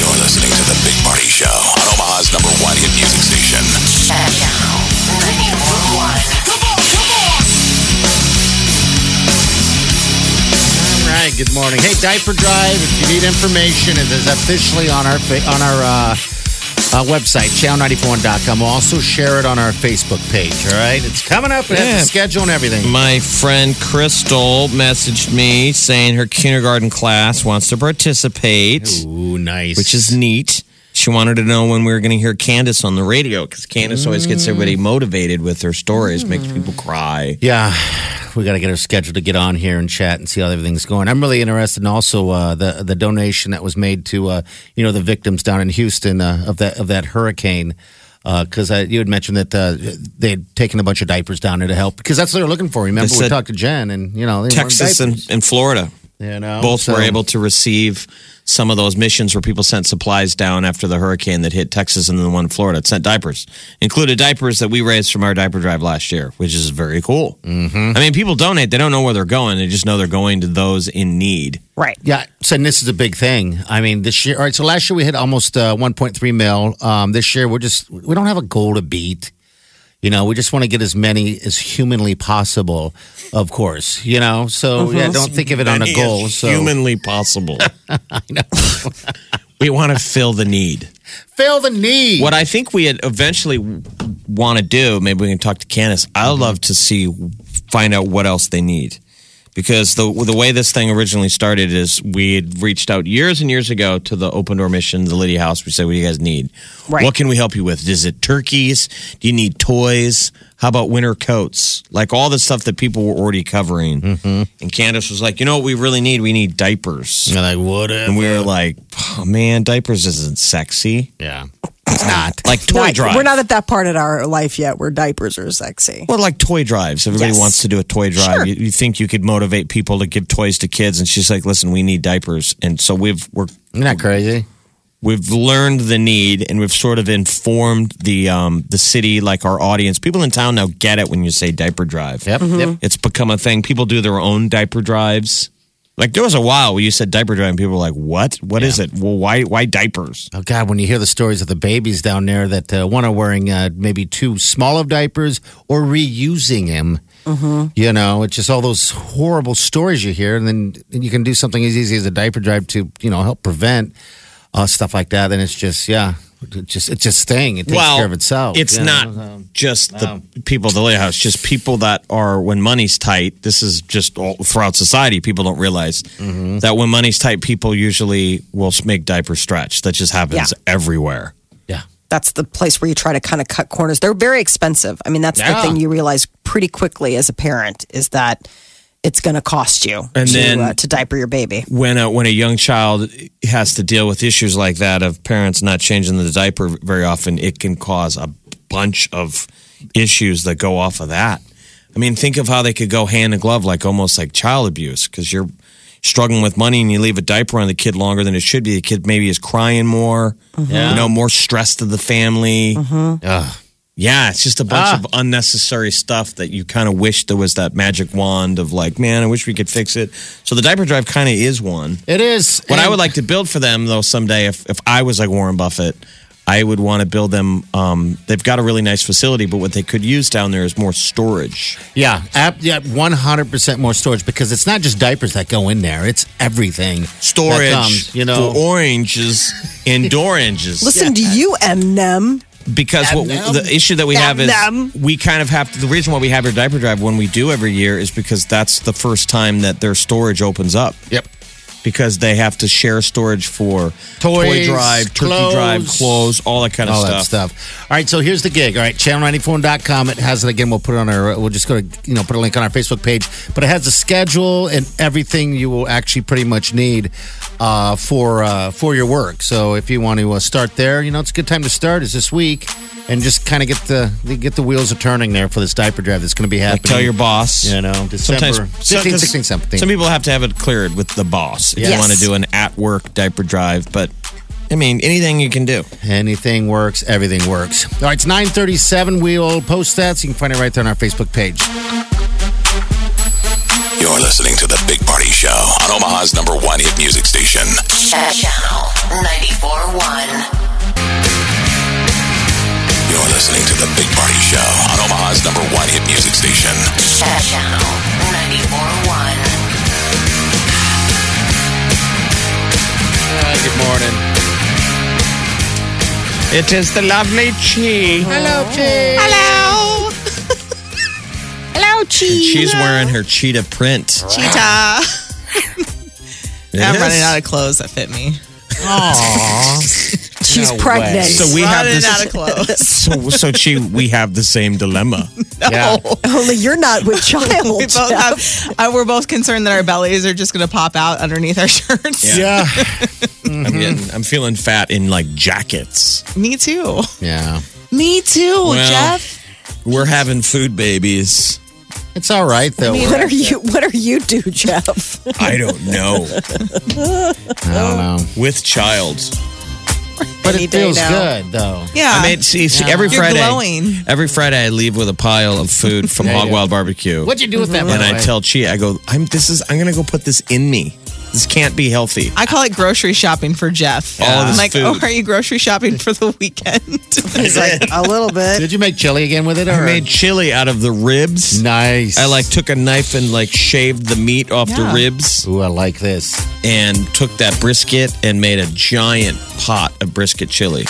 You're listening to The Big Party Show on Omaha's number one hit music station. Channel 941. Come on, come on! All right. Good morning. Hey, diaper drive. If you need information, it is officially on our fa- on our uh, uh, website, channel941.com. We'll also share it on our Facebook page. All right. It's coming up. It has Yeah. the schedule and everything. My friend Crystal messaged me saying her kindergarten class wants to participate, Ooh, nice. which is neat. She wanted to know when we were going to hear Candace on the radio because Candace always gets everybody motivated with her stories, makes people cry. Yeah, we got to get her scheduled to get on here and chat and see how everything's going. I'm really interested in also uh, the the donation that was made to uh, you know the victims down in Houston uh, of that of that hurricane. Because I you had mentioned that uh, they had taken a bunch of diapers down there to help because that's what they're looking for. Remember, They we said talked to Jen and you know they wanted Texas and, diapers, and Florida you know, both so- were able to receive some of those missions where people sent supplies down after the hurricane that hit Texas and then the one in Florida. It sent diapers, included diapers that we raised from our diaper drive last year, which is very cool. Mm-hmm. I mean, people donate; they don't know where they're going; they just know they're going to those in need. Right. Yeah, so and this is a big thing. I mean, this year. All right, so last year we hit almost uh, 1.3 mil. Um, this year we're just we don't have a goal to beat. You know, we just want to get as many as humanly possible. Of course, you know. So yeah, don't think of it on a Any goal. is So humanly possible. we want to fill the need. fill the need. What I think we had eventually want to do, maybe we can talk to Candace. I'd love to see, find out what else they need. Because the, the way this thing originally started is we had reached out years and years ago to the Open Door Mission, the Liddy House. We said, What do you guys need? Right. What can we help you with? Is it turkeys? Do you need toys? How about winter coats? Like all the stuff that people were already covering. And Candace was like, You know what we really need? We need diapers. You're like what? if- And we were like, oh, Man, diapers isn't sexy. yeah, it's not. Like toy Not- drive. We're not at that part of our life yet where diapers are sexy. Well, like toy drives. Everybody Yes. wants to do a toy drive. You, you think you could motivate people to give toys to kids, and she's like, "Listen, we need diapers." And so we've we're, You're not crazy. we've learned the need, and we've sort of informed the um, the city, like our audience. People in town now get it when you say diaper drive. Yep. Yep. It's become a thing. People do their own diaper drives. Like there was a while where you said diaper drive, and people were like, "What? What is it? Well, why why diapers?" Oh God, when you hear the stories of the babies down there that uh, one are wearing uh, maybe two small of diapers or reusing him, you know, it's just all those horrible stories you hear, and then you can do something as easy as a diaper drive to you know help prevent uh, stuff like that. And it's just yeah, it just it's just thing. It takes well, care of itself. It's you not know? just the people at the lighthouse, just people that are when money's tight. This is just all, throughout society. People don't realize Mm-hmm. that when money's tight, people usually will make diaper stretch. That just happens everywhere. Yeah, That's the place where you try to kind of cut corners. They're very expensive. I mean, that's Yeah. the thing you realize pretty quickly as a parent is that it's going to cost you And to, then- uh, to diaper your baby. when a, when a young child has to deal with issues like that of parents not changing the diaper very often, it can cause a bunch of issues that go off of that. I mean, think of how they could go hand in glove, like almost like child abuse, because you're struggling with money and you leave a diaper on the kid longer than it should be. The kid maybe is crying more, you know, more stress to the family. Ugh. Yeah, it's just a bunch of unnecessary stuff that you kind of wish there was that magic wand of like, man, I wish we could fix it. So the diaper drive kind of is one. it is. What I And- would like to build for them, though, someday, if, if I was like Warren Buffett, I would want to build them. Um, they've got a really nice facility, but what they could use down there is more storage. Yeah, app, yeah, one hundred percent more storage because it's not just diapers that go in there; it's everything that Storage, comes, you know, um, for oranges and oranges. Listen to you, E Eminem. because what Nom, nom. the issue that we have is nom. we kind of have to, the reason why we have our diaper drive when we do every year is because that's the first time that their storage opens up. Yep. Because they have to share storage for toy Toys, drive, turkey drive, clothes. clothes, all that kind of all stuff. that stuff. All right, so here's the gig. All right, channel94.com. It has it again. We'll put it on our. We'll just go to you know put a link on our Facebook page, but it has the schedule and everything you will actually pretty much need. uh, for uh, for your work. So if you want to uh, start there, you know it's a good time to start. Is this week, and just kind of get the get the wheels a turning there for this diaper drive that's going to be happening. Like tell your boss. You know, December 15, 16, something. Some people have to have it cleared with the boss if you Yes. want to do an at work diaper drive. But I mean, anything you can do. Anything works, everything works. All right, it's 937. We'll post that so you can find it right there on our Facebook page. You're listening to the Big Party Show on Omaha's number one hit music station. Channel 94.1. You're listening to the Big Party Show on Omaha's number one hit music station. Channel 94.1. good morning. It is the lovely Chi. Hello, Chief. Hello. Hello, Cheetah. She's wearing her cheetah print. Cheetah. It I'm is. running out of clothes that fit me. She's pregnant. So we have running this. out of clothes. so, so Chi, we have the same dilemma. Yeah. Only you're not with child. we both have, uh, we're both concerned that our bellies are just going to pop out underneath our shirts. Yeah. I'm Mm-hmm. getting, I'm feeling fat in like jackets. Me too. yeah. Me too, Well, We're having food babies. It's all right, though. what are you? What are you do, Jeff? I don't know. I don't know. With child. But Any it day feels now. good, though. Yeah. I mean, see, see, every You're Friday, glowing. every Friday I leave with a pile of food from There you Hog go. Wild Barbecue. What'd you do with that, by and the I way? tell Chi, I go, I'm this is I'm gonna go put this in me. This can't be healthy. I call it grocery shopping for Jeff. All of I'm his like, food. oh, are you grocery shopping for the weekend? He's like a little bit. Did you make chili again with it? Or? I made chili out of the ribs. nice. I like took a knife and like shaved the meat off the Yeah. ribs Ooh, I like this. and took that brisket and made a giant pot of brisket chili.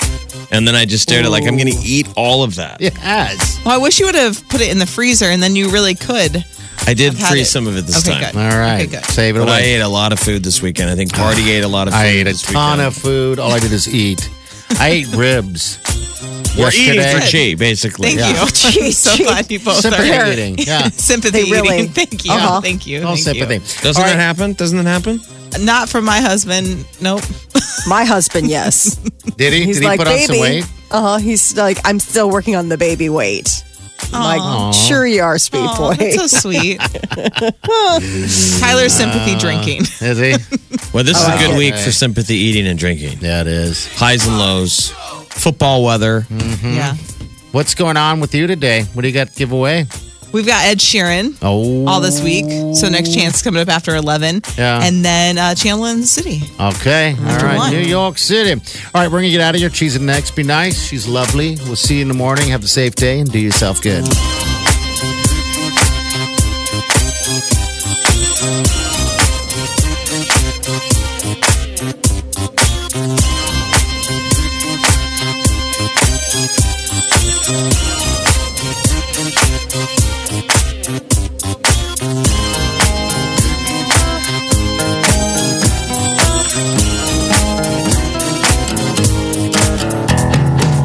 And then I just stared at it like I'm gonna eat all of that. Yes. well, I wish you would have put it in the freezer, and then you really could. I did I've had freeze it. some of it this Okay, time. good. All right. Okay, good. Save it But I away. ate a lot of food this weekend. I think Party ate a lot of food. I ate a this ton weekend. of food. All I did is eat. I ate ribs. We're eating yesterday. for chi, basically. Thank you. I'm Jeez, so gee. glad you both Sympathy are eating, yeah. sympathy They really- eating. Thank you. Uh-huh. Thank you. All Thank you. sympathy. Doesn't All that right. happen? Doesn't that happen? Not from my husband. Nope. My husband, yes. Did he? He's Did he like, put on baby. some weight? Uh huh. He's like, I'm still working on the baby weight. I'm like, sure you are, sweet Aw, boy. that's so sweet. Tyler's sympathy drinking. Is he? Well, this is a good it. week for Okay. sympathy eating and drinking. yeah, it is. Highs and lows, football weather. Yeah. What's going on with you today? What do you got to give away? We've got Ed Sheeran Oh, all this week. So next chance coming up after 11. Yeah. And then uh, Chandler in the City. okay. All right, one. New York City. All right, we're gonna get out of here. Cheese and next. Be nice. She's lovely. We'll see you in the morning. Have a safe day and do yourself good.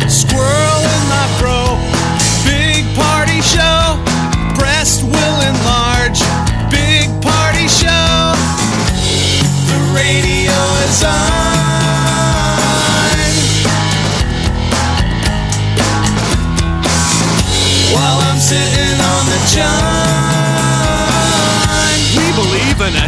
Squirrel in my bro. Big party show. Breast will enlarge. Big party show. The radio is on. While I'm sitting on the john. We believe in a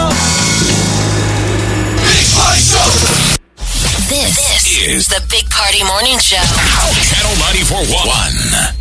Big Party Show. This, Is is the Big Party Morning Show. Channel 941.